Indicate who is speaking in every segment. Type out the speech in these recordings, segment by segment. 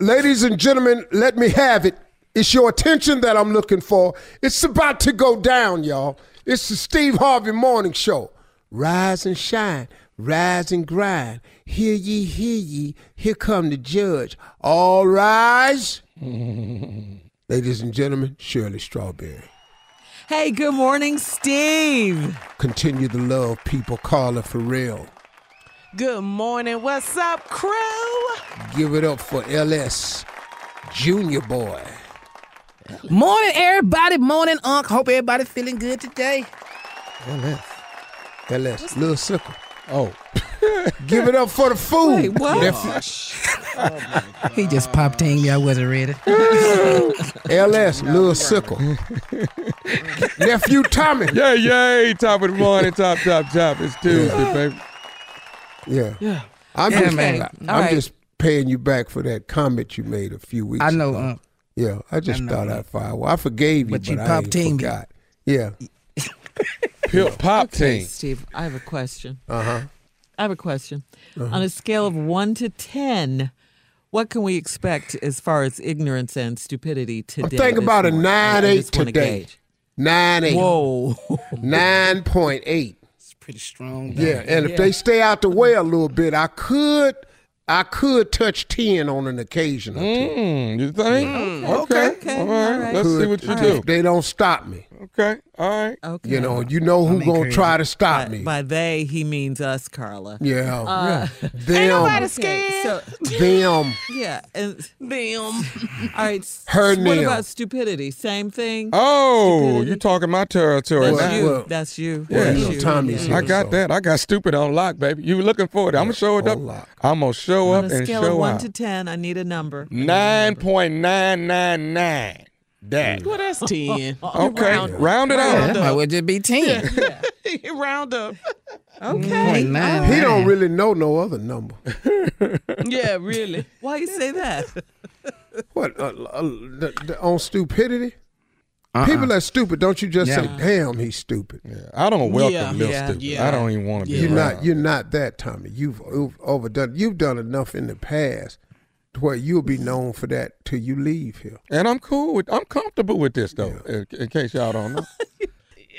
Speaker 1: Ladies and gentlemen, let me have it. It's your attention that I'm looking for. It's about to go down, y'all. It's the Steve Harvey Morning Show. Rise and shine, rise and grind. Hear ye, hear ye. Here come the judge. All rise. Ladies and gentlemen, Shirley Strawberry.
Speaker 2: Hey, good morning, Steve.
Speaker 1: Continue the love, people. Carla Farrell.
Speaker 2: Good morning. What's up, crew?
Speaker 1: Give it up for LS Junior Boy.
Speaker 2: Morning, everybody. Morning, Unc. Hope everybody feeling good today.
Speaker 1: LS. LS. Lil Sickle. Oh. Give it up for the food.
Speaker 2: Wait, what? He just popped in. Y'all wasn't ready.
Speaker 1: LS, Lil Sickle. Nephew Tommy.
Speaker 3: Yay, yay, top of the morning, top, top, top. It's Tuesday, baby.
Speaker 1: Yeah. I'm,
Speaker 2: Yeah,
Speaker 1: just,
Speaker 2: man.
Speaker 1: I'm
Speaker 2: All right.
Speaker 1: just paying you back for that comment you made a few weeks
Speaker 2: I know,
Speaker 1: ago.
Speaker 2: Unc.
Speaker 1: Yeah, I just
Speaker 2: I know,
Speaker 1: thought
Speaker 2: Unc.
Speaker 1: I'd fire. Well, I forgave you, but,
Speaker 2: But you
Speaker 1: I ain't
Speaker 2: popped in me.
Speaker 1: forgot. Yeah.
Speaker 3: Pimp Pop
Speaker 4: Okay,
Speaker 3: Team.
Speaker 4: Steve, I have a question.
Speaker 1: Uh huh.
Speaker 4: I have a question. On a scale of one to ten, what can we expect as far as ignorance and stupidity
Speaker 1: I'm
Speaker 4: today?
Speaker 1: thinking
Speaker 4: this
Speaker 1: about a
Speaker 4: morning? I
Speaker 1: 9 8
Speaker 4: just wanna
Speaker 1: today.
Speaker 4: gauge.
Speaker 1: 9 8.
Speaker 4: Whoa.
Speaker 1: 9.8.
Speaker 2: It's pretty strong.
Speaker 1: Yeah, and if they stay out the way a little bit, I could. I could touch ten on an occasion or two.
Speaker 3: Mm, you think? Okay.
Speaker 4: okay,
Speaker 3: All right.
Speaker 4: all right.
Speaker 3: Let's see
Speaker 1: Could
Speaker 3: what you
Speaker 1: if
Speaker 3: do.
Speaker 1: They don't stop me.
Speaker 3: Okay. All right.
Speaker 4: Okay.
Speaker 1: You know, you know who gonna try to
Speaker 4: by,
Speaker 1: stop me.
Speaker 4: by they, he means us, Carla.
Speaker 1: yeah,
Speaker 2: uh, Ain't
Speaker 1: them,
Speaker 2: nobody
Speaker 4: Okay,
Speaker 2: scared.
Speaker 4: so
Speaker 1: them.
Speaker 4: yeah, and
Speaker 2: Them.
Speaker 4: all right. s-
Speaker 1: Her
Speaker 4: What
Speaker 1: nail.
Speaker 4: about stupidity? Same thing.
Speaker 3: Oh,
Speaker 4: Stupidity.
Speaker 3: you talking my territory
Speaker 4: that's,
Speaker 1: well,
Speaker 3: now.
Speaker 4: you.
Speaker 1: well,
Speaker 4: that's you.
Speaker 1: well,
Speaker 4: That's
Speaker 1: you know,
Speaker 4: you.
Speaker 1: Tommy's
Speaker 4: Yeah.
Speaker 1: here.
Speaker 3: I got
Speaker 1: So-
Speaker 3: that. I got stupid on lock, baby. You looking for it? I'm gonna show it
Speaker 1: on
Speaker 3: up.
Speaker 1: lock.
Speaker 3: I'm gonna show
Speaker 4: On
Speaker 3: up
Speaker 4: a
Speaker 3: and
Speaker 4: scale of
Speaker 3: show
Speaker 4: one
Speaker 3: out.
Speaker 4: to ten, I need a number.
Speaker 3: Nine point nine nine nine. That.
Speaker 2: Well, that's 10.
Speaker 3: Okay. Round, it
Speaker 2: That
Speaker 3: out.
Speaker 2: might well just be 10. Round up.
Speaker 4: Okay.
Speaker 2: nine.
Speaker 1: He don't really know no other number.
Speaker 2: Yeah, really.
Speaker 4: Why you say that?
Speaker 1: What uh, uh, the, the, on stupidity? People that's stupid, don't you just say, "Damn, he's stupid."
Speaker 3: I don't welcome
Speaker 2: Uh-uh. Yeah,
Speaker 3: little
Speaker 4: yeah,
Speaker 3: stupid.
Speaker 2: yeah.
Speaker 3: I don't even want to
Speaker 2: Yeah.
Speaker 3: be
Speaker 1: You're
Speaker 3: around.
Speaker 1: not. You're not that, Tommy. You've, you've overdone. You've done enough in the past Well, you'll be known for that till you leave here.
Speaker 3: And I'm cool with, I'm comfortable with this though. In, in case y'all don't know,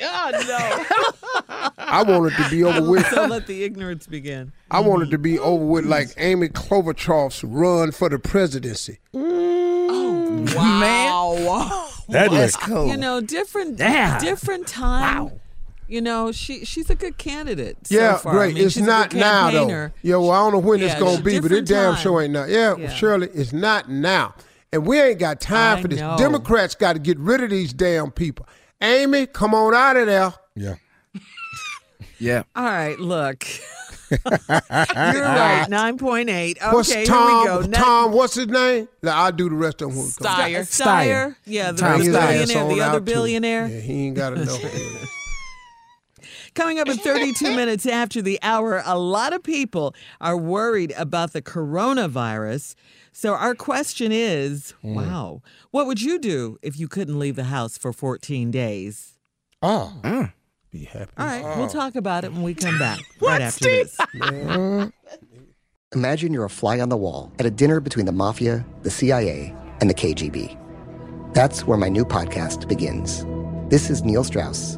Speaker 4: Oh,
Speaker 1: I want it to be over
Speaker 4: no.
Speaker 1: with.
Speaker 4: so let the ignorance begin.
Speaker 1: I want it to be over with like Amy Klobuchar's run for the presidency.
Speaker 4: Wow.
Speaker 3: that looks
Speaker 4: You know, different
Speaker 2: Damn.
Speaker 4: different time. You know, she she's a good candidate. so
Speaker 1: yeah,
Speaker 4: far. I
Speaker 1: great.
Speaker 4: mean,
Speaker 1: it's
Speaker 4: she's a
Speaker 1: not
Speaker 4: good
Speaker 1: now though.
Speaker 4: campaigner.
Speaker 1: Yeah, well, I don't know when
Speaker 4: Yeah,
Speaker 1: it's gonna
Speaker 4: it's
Speaker 1: be, but it
Speaker 4: different
Speaker 1: damn
Speaker 4: time.
Speaker 1: sure ain't now. Yeah,
Speaker 4: Yeah.
Speaker 1: Shirley, it's not now, and we ain't got time
Speaker 4: I
Speaker 1: for this.
Speaker 4: know.
Speaker 1: Democrats got to get rid of these damn people. Amy, come on out of there.
Speaker 3: yeah.
Speaker 2: Yeah.
Speaker 4: All right, look. You're right. Nine point eight. Okay,
Speaker 1: What's
Speaker 4: here
Speaker 1: Tom?
Speaker 4: we go. Ne-
Speaker 1: Tom, what's his name? Now, I'll do the rest of them. when we come back.
Speaker 4: Steyer.
Speaker 2: Steyer.
Speaker 4: Steyer. Yeah, the,
Speaker 2: Tom
Speaker 4: the
Speaker 1: His
Speaker 2: Steyer.
Speaker 1: ass
Speaker 4: billionaire,
Speaker 1: on
Speaker 4: the
Speaker 1: out,
Speaker 4: other
Speaker 1: too.
Speaker 4: billionaire.
Speaker 1: Yeah, he ain't got enough.
Speaker 4: Coming up in 32 minutes after the hour, a lot of people are worried about the coronavirus. So, our question is wow, what would you do if you couldn't leave the house for 14 days?
Speaker 3: Oh,
Speaker 1: Ah. Be happy.
Speaker 4: All
Speaker 3: Ah.
Speaker 4: right, we'll talk about it when we come back. right after this.
Speaker 5: Imagine you're a fly on the wall at a dinner between the mafia, the CIA, and the KGB. That's where my new podcast begins. This is Neil Strauss,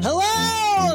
Speaker 6: Hello,